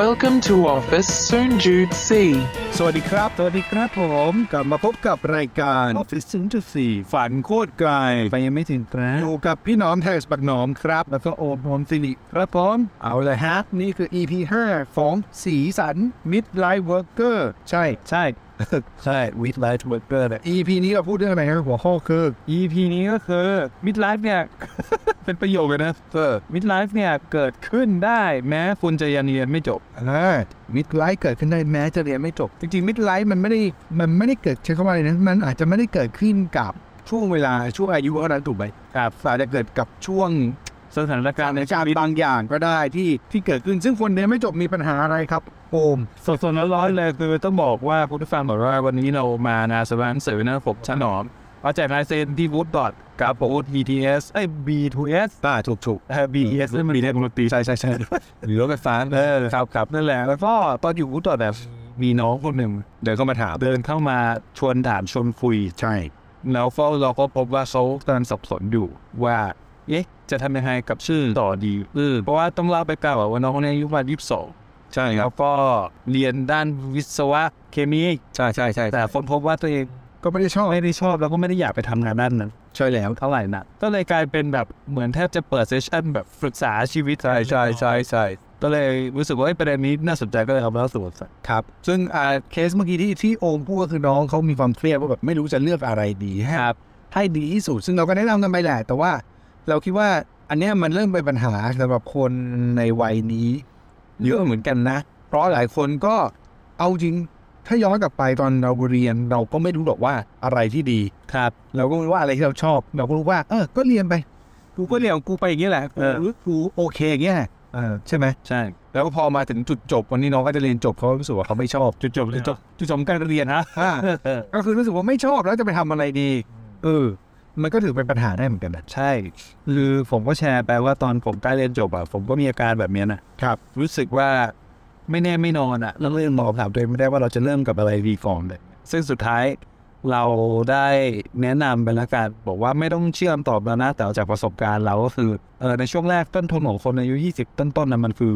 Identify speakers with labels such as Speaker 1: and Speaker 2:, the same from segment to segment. Speaker 1: Welcome to Office Soon Jude C.
Speaker 2: สวัสดีครับ สวัสดีครับผมกลับมาพบกับรายการฟิสิงจุดสี่ฝันโคตรไกลไปยังไม่ถึงครับอยู่กับพี่หน้อมแทสบักหนอมครับ แล้วก็โอมพรหมสิริครับผมเอาเลยฮะ นี่คือ EP 5ของสีสัน Midlife Worker ใช่ใช่ ใช่ Midlife Worker นะ EP นี้เราพูดเรื่องอะไรครับหัวข้อคือ
Speaker 3: EP นี้ก็คือ midlife เนี่ย
Speaker 2: เป็นประโยคเลยนะเออ
Speaker 3: midlife เนี่ย เกิดขึ้นได้แม้คุณจะยังเรียนไม่จบ
Speaker 2: มิดไลฟ์เกิดขึ้นได้แม้จะเรียนไม่จบ จริงๆมิดไลฟ์มันไม่ได้มันไม่ได้เกิดใช้คำว่าอะไรนะมันอาจจะไม่ได้เกิดขึ้นกับช่วงเวลาช่วงอายุเท่านั้นถูกไหมครับอาจจะเกิดกับช่วง
Speaker 3: สถานกา
Speaker 2: การ ร
Speaker 3: ณ์
Speaker 2: ใน
Speaker 3: ใน
Speaker 2: กา
Speaker 3: ชี
Speaker 2: ร
Speaker 3: วิต
Speaker 2: บางอย่างก็ได้ที่ที่เกิดขึ้น ซึ่งคนเรียนไม่จบมีปัญหาอะไรครับโอม
Speaker 3: สดๆร้อนๆเลยคือต้องบอกว่าคุณผู้ฟังบอกว่าวันนี้เรามานาสำหรันเสวนาผมชนอมเอาแจกลายเซ็นที่บูธดอทกับบูธ BTS ไอ้ย B2S
Speaker 2: ตาถูกถูก
Speaker 3: เอ่อ BTS นั่นมันมีเรียกดนตรี
Speaker 2: ใช่ใช่ใช่
Speaker 3: หรือรถไฟฟ้าเออครับครับนั่นแหละแล้วก็ตอนอยู่บูธดอทแบบมีน้องคนหนึ่ง
Speaker 2: เดี๋ยวก็มาถาม
Speaker 3: เดินเข้ามาชวนถามชวนคุย
Speaker 2: ใช่
Speaker 3: แล้วก็เราก็พบว่าเขากำลังสับสนอยู่ว่า เอ๊ะ จะทำยังไงกับชื่อต่อดีเออเพราะว่าต้องเล่าไปกล่าวว่าน้องคนนี้อายุประมาณยี่สิบสอง
Speaker 2: ใช่ค
Speaker 3: แล้
Speaker 2: รับ
Speaker 3: วก็เรียนด้านวิศวะเคมี
Speaker 2: ใช่ใช่ใช่
Speaker 3: แต่คนพบว่าตัวเอง
Speaker 2: ก็ไม่ได้ชอบ
Speaker 3: ไม่ได้ชอบแล้วก็ไม่ได้อยากไปทำงานด้านนั้น
Speaker 2: ใช่แล้ว
Speaker 3: เท่าไหร่นะก็เลยกลายเป็นแบบเหมือนแทบจะเปิดเซสชั่นแบบศึกษาชีวิต
Speaker 2: ใช่
Speaker 3: ก็เลยรู้สึกว่าเอ้ยประเด็นนี้น่าสนใจก็เลยเอามาเล่าสู่กันฟัง
Speaker 2: ครับ ซึ่งอ่าเคสเมื่อกี้ที่ที่โอมพูดก็คือน้องเขามีความเครียดว่าแบบไม่รู้จะเลือกอะไรดีฮะ
Speaker 3: ครับ
Speaker 2: ให้ดีที่สุดซึ่งเราก็แนะนำกันไปแหละ แต่ว่าเราคิดว่าอันเนี้ยมันเริ่มเป็นปัญหาสำหรับคนในวัยนี้เยอะเหมือนกันนะ เพราะหลายคนก็เอาจริงถ้าย้อนกลับไปตอนเราเรียนเราก็ไม่รู้หรอกว่าอะไรที่ดี
Speaker 3: ครับ
Speaker 2: เราก็ไม่รู้ว่าอะไรที่เราชอบ เราก็รู้ว่า เออ ก็เรียนไป กูก็เรียนของกูไปอย่างนี้ยแหละ
Speaker 3: เออ
Speaker 2: กูกูโอเคอย่างเงี้ยเออใช่ไหม
Speaker 3: ใช่
Speaker 2: แล้วพอมาถึงจุดจบวันนี้น้องก็จะเรียนจบเขารู้สึกว่าเขาไม่ชอบ
Speaker 3: จุดจบ
Speaker 2: จุดจบ
Speaker 3: จุดจบของการเรียนนะ
Speaker 2: อ่า
Speaker 3: เออเออ
Speaker 2: ก็คือรู้สึกว่าไม่ชอบแล้วจะไปทำอะไรดีเออมันก็ถือเป็นปัญหาได้เหมือนกันนะ
Speaker 3: ใช่ คือผมก็แชร์ไปว่าตอนผมใกล้เรียนจบอะผมก็มีอาการแบบเนี้ยนะครับ รู้สึกว่าไม่แน่ไม่นอนอะแล้วเรื่องมองถามตัวเองไม่ได้ว่าเราจะเริ่มกับอะไรดีก่อนเลยซึ่งสุดท้ายเราได้แนะนำไปแล้วกันบอกว่าไม่ต้องเชื่อมตอบแล้วนะแต่จากประสบการณ์เราก็คือเออในช่วงแรกต้นทุนของคนอายุ 20 ต้นๆนะมันคือ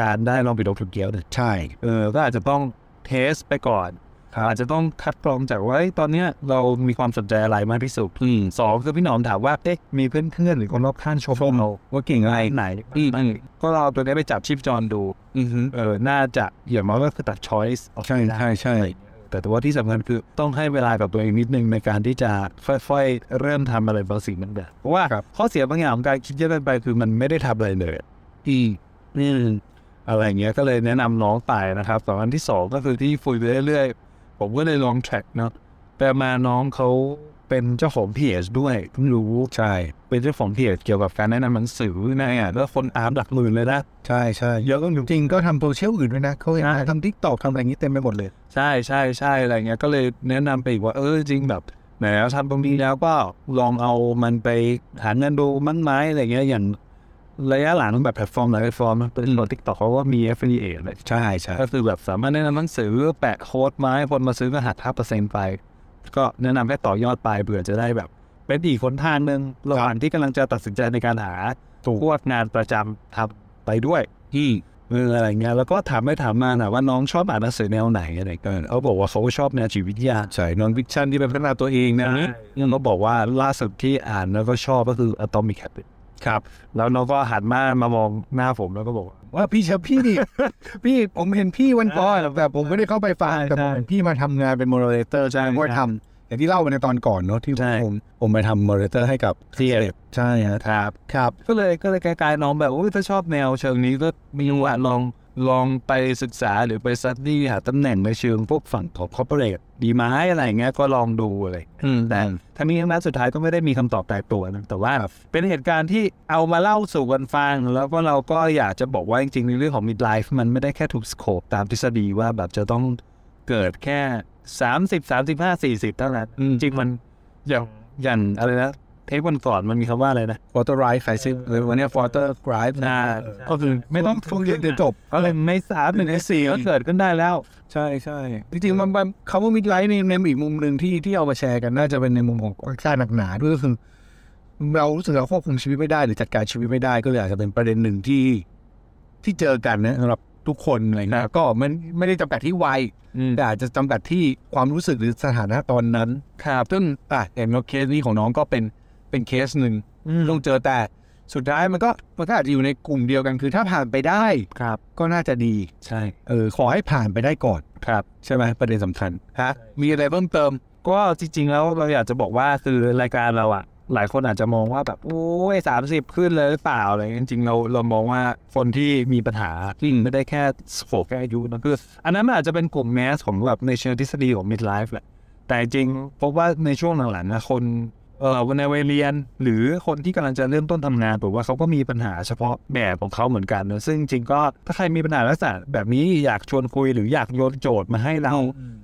Speaker 3: การได้ลองไปดมถูกเกี้ยวเนี่ย
Speaker 2: ใช่
Speaker 3: เออก็อาจจะต้องเทสไปก่อน
Speaker 2: ครับ
Speaker 3: อาจจะต้องคัดกรองจากว่าเอ้ยตอนเนี้ยเรามีความสนใจอะไรมากที่สุดอืมสองคือพี่หนอมถามว่าเอ๊ะมีเพื่อนเพื่อนๆหรือคนรอบข้างชม
Speaker 2: ชม
Speaker 3: เราว่าเก่งอะไรไหนอืมอืมก็เราเอาตัวนี้ไปจับชีพจรดู
Speaker 2: อือฮึ
Speaker 3: เออน่าจะอย่างน้อยก็คือตัดช้อยส์ออก
Speaker 2: ใช่ใช่ใช่
Speaker 3: แต่แต่ว่าที่สำคัญคือต้องให้เวลากับตัวเองนิดนึงในการที่จะค่อยๆเริ่มทำอะไรบางสิ่งบางอย่างเพราะว่าข้อเสียบางอย่างของการคิดเยอะเกินไปคือมันไม่ได้ทำอะไรเลย
Speaker 2: อี
Speaker 3: อืมอะไรอย่างเงี้ยก็เลยแนะนำน้องไปนะครับส่วนอันที่สองก็คือที่คุยไปเรื่อยๆ ผมก็เลยลองแทร็กเนาะแต่มาน้องเขาเป็นเจ้าของเพจด้วยเพิ่งรู้
Speaker 2: ใช่
Speaker 3: เป็นเจ้าของเพจเกี่ยวกับการแนะนำหนังสือนะเนี่ยแล้วคนอาร์มหลักหมื่นเลยนะ
Speaker 2: ใช่ใช่เยอะก็จริงก็ทำโซเชียลอื่นด้วยนะเขาเห็น
Speaker 3: ใช่
Speaker 2: ทำทิกตอกทำอะไรอย่างนี้เต็มไปหมดเลย
Speaker 3: ใช่ใช่ใช่อะไรเงี้ยก็เลยแนะนำไปอีกว่าเออจริงแบบไหนแล้วทำตรงนี้แล้วก็ลองเอามันไปหาเงินดูมั้งไหมอะไรเงี้ยอย่างระยะหลังแบบแพลตฟอร์มหลายแพลตฟอร์มเป็นโหลดทิกตอกเขาก็มี affiliate อะไร
Speaker 2: ใช่ใช่
Speaker 3: ก็คือแบบสามารถแนะนำหนังสือแปะโค้ดมาให้คนมาซื้อก็หักห้าเปอร์เซ็นต์ไป ก็แนะนำให้ต่อยอดไปเบื่อจะได้แบบ เป็นอีกคนทางหนึ่งระหว่างที่กำลังจะตัดสินใจในการหาตัวพวกงานประจำทำไปด้วย
Speaker 2: ที่
Speaker 3: เอออะไรเงี้ยแล้วก็ถามไปถามมานะว่าน้องชอบอ่านหนังสือแนวไหนอะไรก็เขาบอกว่าเขาก็ชอบแนวจิตวิทยา
Speaker 2: ใช่นอนวิชั่นที่เป็นพัฒนาตัวเองนะ
Speaker 3: ยังเขาบอกว่าล่าสุดที่อ่านแล้วก็ชอบก็คือ Atomic Habits
Speaker 2: ครับ
Speaker 3: แล้วน้องก็หันมามามองหน้าผมแล้วก็บอกว่า
Speaker 2: ว่าพี่เชฟพี่ นี่ พี่ผมเห็นพี่วันก่ อนแต่ผมไม่ได้เข้าไปฟัง
Speaker 3: ใช่
Speaker 2: แต่ผมเห็นพี่มาทำงานเป็นโมเดเลเตอร์
Speaker 3: ใช่
Speaker 2: ใช่ผมก็ทำอย่างที่เล่าไปในตอนก่อนเนาะที่
Speaker 3: ใช่
Speaker 2: ผมผมไปทำโมเดเลเตอร์ให้กับ
Speaker 3: เสีย
Speaker 2: ใช่ฮะ
Speaker 3: ครับ
Speaker 2: ครับ
Speaker 3: ก็เลยก็เลยกลายๆน้องแบบโอ้ยถ้าชอบแนวเชิงนี้ก็มีจังหวะลองลองไปศึกษาหรือไปสัตดี้หาตำแหน่งในเชิงพวกฝั่งท็อปคอร์เปอเรทดีไหมอะไรอย่างเงี้ยก็ลองดูอะไร
Speaker 2: อืม
Speaker 3: แต่ทั้งนี้ทั้งนั้นสุดท้ายก็ไม่ได้มีคำตอบตายตัวนะแต่ว่าเป็นเหตุการณ์ที่เอามาเล่าสู่กันฟัง แล้วก็เราก็อยากจะบอกว่าจริงๆในเรื่องของ midlife มันไม่ได้แค่ถูกสโคปตามทฤษฎีว่าแบบจะต้องเกิดแค่ 30 35 40เท่านั้นจริงๆมันอย่างอย่างอะไรนะเทปวันก่อนมันมีคำว่าอะไรนะ
Speaker 2: วอเตอร์ไรฟ์ไฟซิ่งเลยวันเนี้วอเตอร์ไรฟ์
Speaker 3: อ่า
Speaker 2: นะ
Speaker 3: ก็คือไม่ต้อง
Speaker 2: ช่วงเรียนเดี๋ยวจบ
Speaker 3: ก็เลยไม่สามหนึ่งในสี่ก็เกิดขึ้นได้แล้ว
Speaker 2: ใช่ใช่จริงๆมันมันคำว่ามิดไลท์ในในอีกมุมหนึ่งที่ที่เอามาแชร์กันน่าจะเป็นในมุมของค่าหนักหนาด้วยก็คือ เรารู้สึกเราควบคุมชีวิตไม่ได้หรือจัดการชีวิตไม่ได้ก็เลยอาจจะเป็นประเด็นหนึ่งที่ที่เจอกันนะสำหรับ ทุกคนอะไรเงี้ยก็มันไม่ได้จำกัดที่วัย แต่อาจจะจำกัดที่ความรู้สึกหรือสถานะตอนนั้นครับซึ่งอ่ะอย่างเคสนี้ของน้องก็เป็นเป็นเคสหนึ่งต้องเจอแต่สุดท้ายมันก็มันก็อาจจะอยู่ในกลุ่มเดียวกันคือถ้าผ่านไปได้
Speaker 3: ครับ
Speaker 2: ก็น่าจะดี
Speaker 3: ใช่
Speaker 2: เออขอให้ผ่านไปได้ก่อน
Speaker 3: ครับ
Speaker 2: ใช่ไหมประเด็นสำคัญฮะมีอะไรเพิ่มเติม
Speaker 3: ก็จริง ๆ แล้วเราอยากจะบอกว่าคือรายการเราอะหลายคนอาจจะมองว่าแบบโอ้ยสามสิบขึ้นเลยหรือเปล่าอะไรเงี้ยจริงๆเราเรามองว่าคนที่มีปัญหา
Speaker 2: อืม
Speaker 3: ไม่ได้แค่สโคปแค่อายุนะคืออันนั้นมันอาจจะเป็นกลุ่มแมสของแบบในเชิงทฤษฎีของ midlife แหละแต่จริงพบว่าในช่วงหลังๆนะคนเออวันในวัยเรียน หรือคนที่กำลังจะเริ่มต้นทำงานผมว่าเขาก็มีปัญหาเฉพาะแบบของเขาเหมือนกันนะซึ่งจริงๆก็ถ้าใครมีปัญหาลักษณะแบบนี้อยากชวนคุยหรืออยากโยนโจทย์มาให้เรา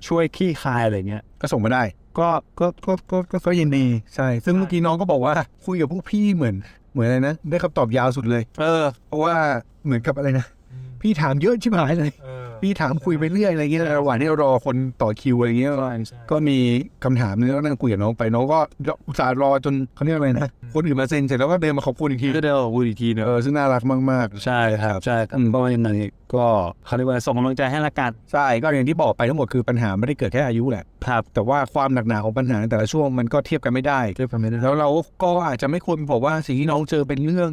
Speaker 3: ช่วยขี้คายอะไรเงี้ย
Speaker 2: ก็ส่งมาได้ ก็ก็ก็ก็ก็ก็ยินดีใช่ ซึ่งเมื่อกี้น้องก็บอกว่าคุยกับพวกพี่เหมือน เหมือนอะไรนะ ได้คำตอบยาวสุดเลย
Speaker 3: เออ
Speaker 2: เพราะว่าเหมือนกับอะไรนะ พี่ถามเยอะชิบหายเลย พี่ถามคุยไปเรื่อยอะไรเงี้ยระหว่างที่รอคนต่อคิวอะไรเงี้ย ก็มีคำถามนึงแล้วนั่งคุยกับน้องไปน้องก็อุตส่าห์รอจนเขาเรียกอะไรนะ คนอื่นมาเซ็นเสร็จแล้วก็เดินมาขอบคุณอีกที
Speaker 3: ก็เดี๋ยวพูดอีกทีเน
Speaker 2: เอ
Speaker 3: อะ
Speaker 2: อซึ่งน่ารักมาก
Speaker 3: ใช่ครับ ใช่ครับประมาณนั้นก็เขาเรียกว่าส่งกำลังใจให้ละกัน
Speaker 2: ๆใช่ก็อย่างที่บอกไปทั้งหมดคือปัญหาไม่ได้เกิดแค่อายุแหละ
Speaker 3: ครับ
Speaker 2: แต่ว่าความหนักหนาของปัญหาในแต่ละช่วงมันก็เทียบกันไม่ได้
Speaker 3: เรียกผมไม่ได้
Speaker 2: แล้วเราก็อาจจะไม่ควรบอกว่าสิ่งที่น้องเจอเป็นเรื่อง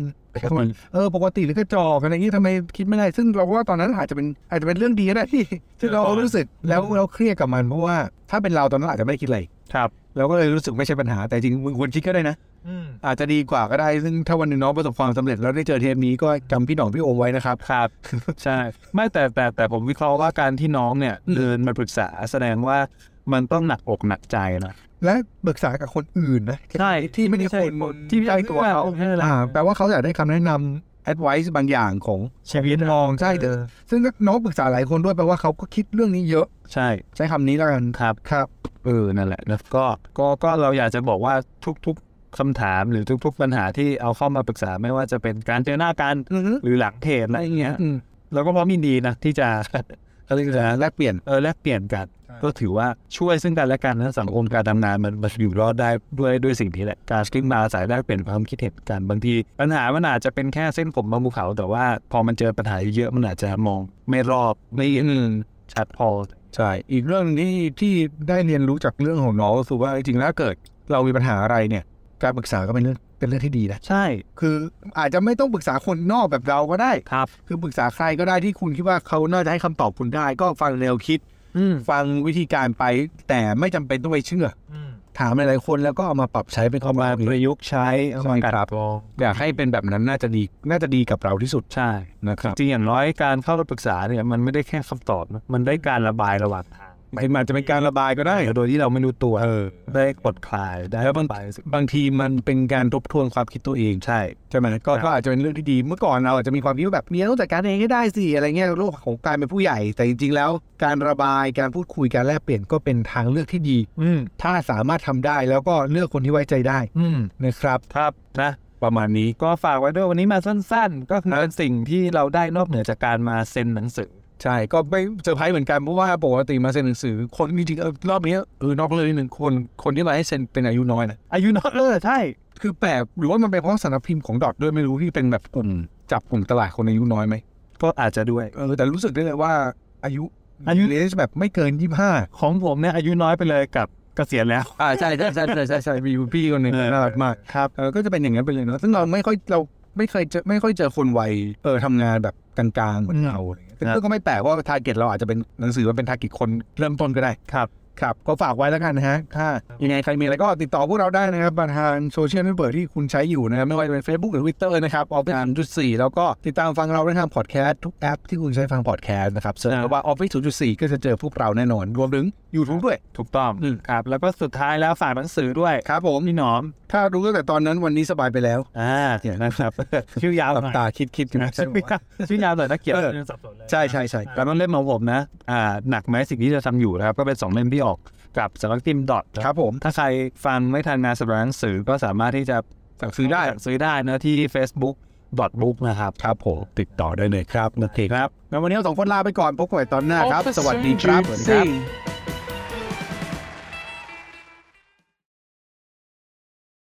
Speaker 2: เออปกติหรือกระจอกอะไรอย่างนี้ทำไมคิดไม่ได้ซึ่งเราว่าตอนนั้นอาจจะเป็นอาจจะเป็นเรื่องดีก็ได้ที่ที่เรารู้สึกแล้วเราเครียดกับมันเพราะว่าถ้าเป็นเราตอนนั้นอาจจะไม่ได้คิดอะไร
Speaker 3: ครับ
Speaker 2: เราก็เลยรู้สึกไม่ใช่ปัญหาแต่จริงมึงควรคิดก็ได้นะ อาจจะดีกว่าก็ได้ ซึ่งถ้าวันหนึ่งน้องประสบความสำเร็จแล้วได้เจอเทปนี้ก็จำพี่หน่องพี่โอมไว้นะครับ
Speaker 3: ครับ ใช่ ไม่แต่แต่แต่ผมวิเคราะห์ว่าการที่น้องเนี่ยเดินมาปรึกษาแสดงว่ามันต้องหนักอกหนักใจนะ
Speaker 2: และปรึกษากับคนอื่นนะ
Speaker 3: ใช่
Speaker 2: ที่ไม่ได้
Speaker 3: ใช่
Speaker 2: คน
Speaker 3: ที่ไม่
Speaker 2: ใก
Speaker 3: ใช่
Speaker 2: ล้
Speaker 3: ตั
Speaker 2: ตัว ว
Speaker 3: เรา
Speaker 2: เขาอ่าแปลว่าเขาอยากได้คำแนะนำ advice บางอย่างของ
Speaker 3: ชีวิต
Speaker 2: มองใช่เด้อซึ่งน้องปรึกษาหลายคนด้วยแปลว่าเขาก็คิดเรื่องนี้เยอะ
Speaker 3: ใช่
Speaker 2: ใช้คำนี้แล้วกัน
Speaker 3: ครับ
Speaker 2: ครับ
Speaker 3: เออ นั่นแหละแล้วก็ก็ก็เราอยากจะบอกว่าทุกๆคำถามหรือทุก ๆ ปัญหาที่เอาเข้ามาปรึกษาไม่ว่าจะเป็นการเจอหน้ากัน
Speaker 2: อือฮึ
Speaker 3: หรือหลังเทรดอะไรอย่างเงี้ย
Speaker 2: อืม
Speaker 3: เราก็พร้อมยินดีนะ ที่จะ เขาเรียกอะไรนะ
Speaker 2: แลกเปลี่ยน
Speaker 3: เออแลกเปลี่ยนกัน
Speaker 2: ใช่
Speaker 3: ก็ถือว่าช่วยซึ่งกันและกันนะสังคมการทำงานมันมันอยู่รอดได้ด้วยด้วยสิ่งนี้แหละการขึ้นมาอาสายแลกเปลี่ยนความคิดเห็นกันบางที ปัญหามันอาจจะเป็นแค่เส้นผมบนภูเขา แต่ว่าพอมันเจอปัญหาเยอะๆมันอาจจะมองไม่รอบไม่ชัดพอ
Speaker 2: ใช่ อีกเรื่องหนึ่งที่ที่ได้เรียนรู้จากเรื่องของน้องก็คือว่าจริงๆแล้วเกิด เรามีปัญหาอะไรเนี่ย การปรึกษาก็เป็นเรื่องเป็นเรื่องที่ดีนะ
Speaker 3: ใช่
Speaker 2: คืออาจจะไม่ต้องปรึกษาคนนอกแบบเราก็ได้
Speaker 3: ครับ
Speaker 2: คือปรึกษาใครก็ได้ที่คุณคิดว่าเขาน่าจะให้คำตอบคุณได้ ก็ฟังแนวคิด
Speaker 3: อืม
Speaker 2: ฟังวิธีการไป แต่ไม่จำเป็นต้องไปเชื่อ ถามหลายๆคนแล้วก็เอามาปรับใช้เป็นความ
Speaker 3: มา
Speaker 2: รู้
Speaker 3: ประยุกต์ใช้เอามากัดกรอง
Speaker 2: อยากให้เป็นแบบนั้นน่าจะดีน่าจะดีกับเราที่สุด
Speaker 3: ใช่
Speaker 2: นะครับ
Speaker 3: จริงๆอย่างน้อยการเข้ารับปรึกษาเนี่ยมันไม่ได้แค่คำตอบนะมันได้การระบายระหว่างทาง
Speaker 2: มันอาจจะเป็นการระบายก็ได้
Speaker 3: โดยที่เราไม่รู้ตัว
Speaker 2: เออ
Speaker 3: ได้ปลดคลายได้บ้างไป
Speaker 2: บางทีมันเป็นการทบทวนความคิดตัวเอง
Speaker 3: ใช่
Speaker 2: ใช่ไหมก็
Speaker 3: ครับ
Speaker 2: ก็อาจจะเป็นเรื่องที่ดีเมื่อก่อนเราอาจจะมีความคิดว่าแบบเนี่ยต้องจัดการเองให้ได้สิอะไรเงี้ยโลกของการเป็นผู้ใหญ่ แต่จริงๆแล้ว การระบายการพูดคุยการแลกเปลี่ยนก็เป็นทางเลือกที่ดี
Speaker 3: อืม
Speaker 2: ถ้าสามารถทำได้แล้วก็เลือกคนที่ไว้ใจได้
Speaker 3: อืม
Speaker 2: นะครับ
Speaker 3: ครับนะ
Speaker 2: ประมาณนี้
Speaker 3: ก็ฝากไว้ด้วยวันนี้มาสั้นๆ ก็คือเป็นสิ่งที่เราได้นอกเหนือจากการมาเซ็นหนังสือ
Speaker 2: ใช่ ก็ไม่เซอร์ไพรส์เหมือนกันเพราะว่าปกติมาเซ็นหนังสือ คนจริงๆเออรอบนี้เออนอกเรื่องนิดหนึ่งคนคนที่มาให้เซ็นเป็นอายุน้อยนะ
Speaker 3: อายุน้อยเออใช่
Speaker 2: คือแปลกหรือว่ามันเป็นเพราะสำนักพิมพ์ของดอทด้วยไม่รู้ที่เป็นแบบกลุ่มจับกลุ่มตลาดคนอายุน้อยไหม
Speaker 3: ก็อาจจะด้วย
Speaker 2: เออแต่รู้สึกได้เลยว่าอายุ
Speaker 3: อายุ
Speaker 2: เลสแบบไม่เกินยี่ห้า
Speaker 3: ของผมเนี่ยอายุน้อยไปเลยกับเกษียณแล้ว
Speaker 2: อ่าใช่ใช่ใช่ใช่ใช่ใช่มีคุณพี่คนหนึ่ง
Speaker 3: เออ
Speaker 2: น่ารักมาก
Speaker 3: ครับ
Speaker 2: เออก็จะเป็นอย่างนั้นไปเลยเนาะซึ่งเราไม่ค่อยเราไม่เคยเจอไม่ค่อยเจอคนวัยเออทำงานแบบกลางๆเหมือนเราอะไรเงี้ยซึ่งก็ไม่แปลกว่าทาร์เก็ตเราอาจจะเป็นหนังสือมันเป็นทาร์เก็ตคนเริ่มต้นก็ได้
Speaker 3: ครับ
Speaker 2: ครับ ก็ฝากไว้แล้วกันนะฮะถ้ายังไงใครมีอะไรก็ติดต่อพวกเราได้นะครับมาทางโซเชียลเน็ตเวิร์กที่คุณใช้อยู่นะครับไม่ว่าจะเป็น Facebook หรือ Twitter นะครับออฟฟิศจุดสี่แล้วก็ติดตามฟังเราได้ทางพอดแคสต์ทุกแอปที่คุณใช้ฟังพอดแคสต์นะครับเสิร์ชว่าออฟฟิศจุดสี่ก็จะเจอพวกเราแน่นอนรวมถึง YouTube ด้วย
Speaker 3: ถูกต้อง
Speaker 2: อืม
Speaker 3: ครับ แล้วก็สุดท้ายแล้วฝากหนังสือด้วย
Speaker 2: ครับผม
Speaker 3: พี่หนอม
Speaker 2: ถ้ารู้ตั้งแต่ตอนนั้นวันนี้สบายไปแล้ว
Speaker 3: อ่าเนี่ยนะครับ ชื่อยาวห
Speaker 2: หลับ
Speaker 3: น่อย
Speaker 2: ตาคิดคิดกันนะ
Speaker 3: ชื่อยาวหน่อยนะเกียรติ
Speaker 2: เออ
Speaker 3: สับสนเลย
Speaker 2: ใช่ใช่ใช่ค
Speaker 3: แล้ว
Speaker 2: รับ
Speaker 3: มันเล่มของผมนะ อ่า หนักไหมสิ่งที่จะทำอยู่นะครับ ก็เป็นสองเล่มที่ออกกับสำนักพิมพ์ดอท
Speaker 2: ครับผม
Speaker 3: ถ้าใครฟังไม่ทันงานสำหรับหนังสือก็สามารถที่จะ
Speaker 2: สั่งซื้อได้
Speaker 3: สั่งซื้อได้นะที่ Facebook ดอทบุ๊กนะครับ
Speaker 2: ครับผมติดต่อได้เลยครับโอเคครับงั้นวันนี้เราสองคนลาไปก่อนพบกันใหม่ตอนหน้าครับ สวัสดีครับ
Speaker 1: Officer Jude C.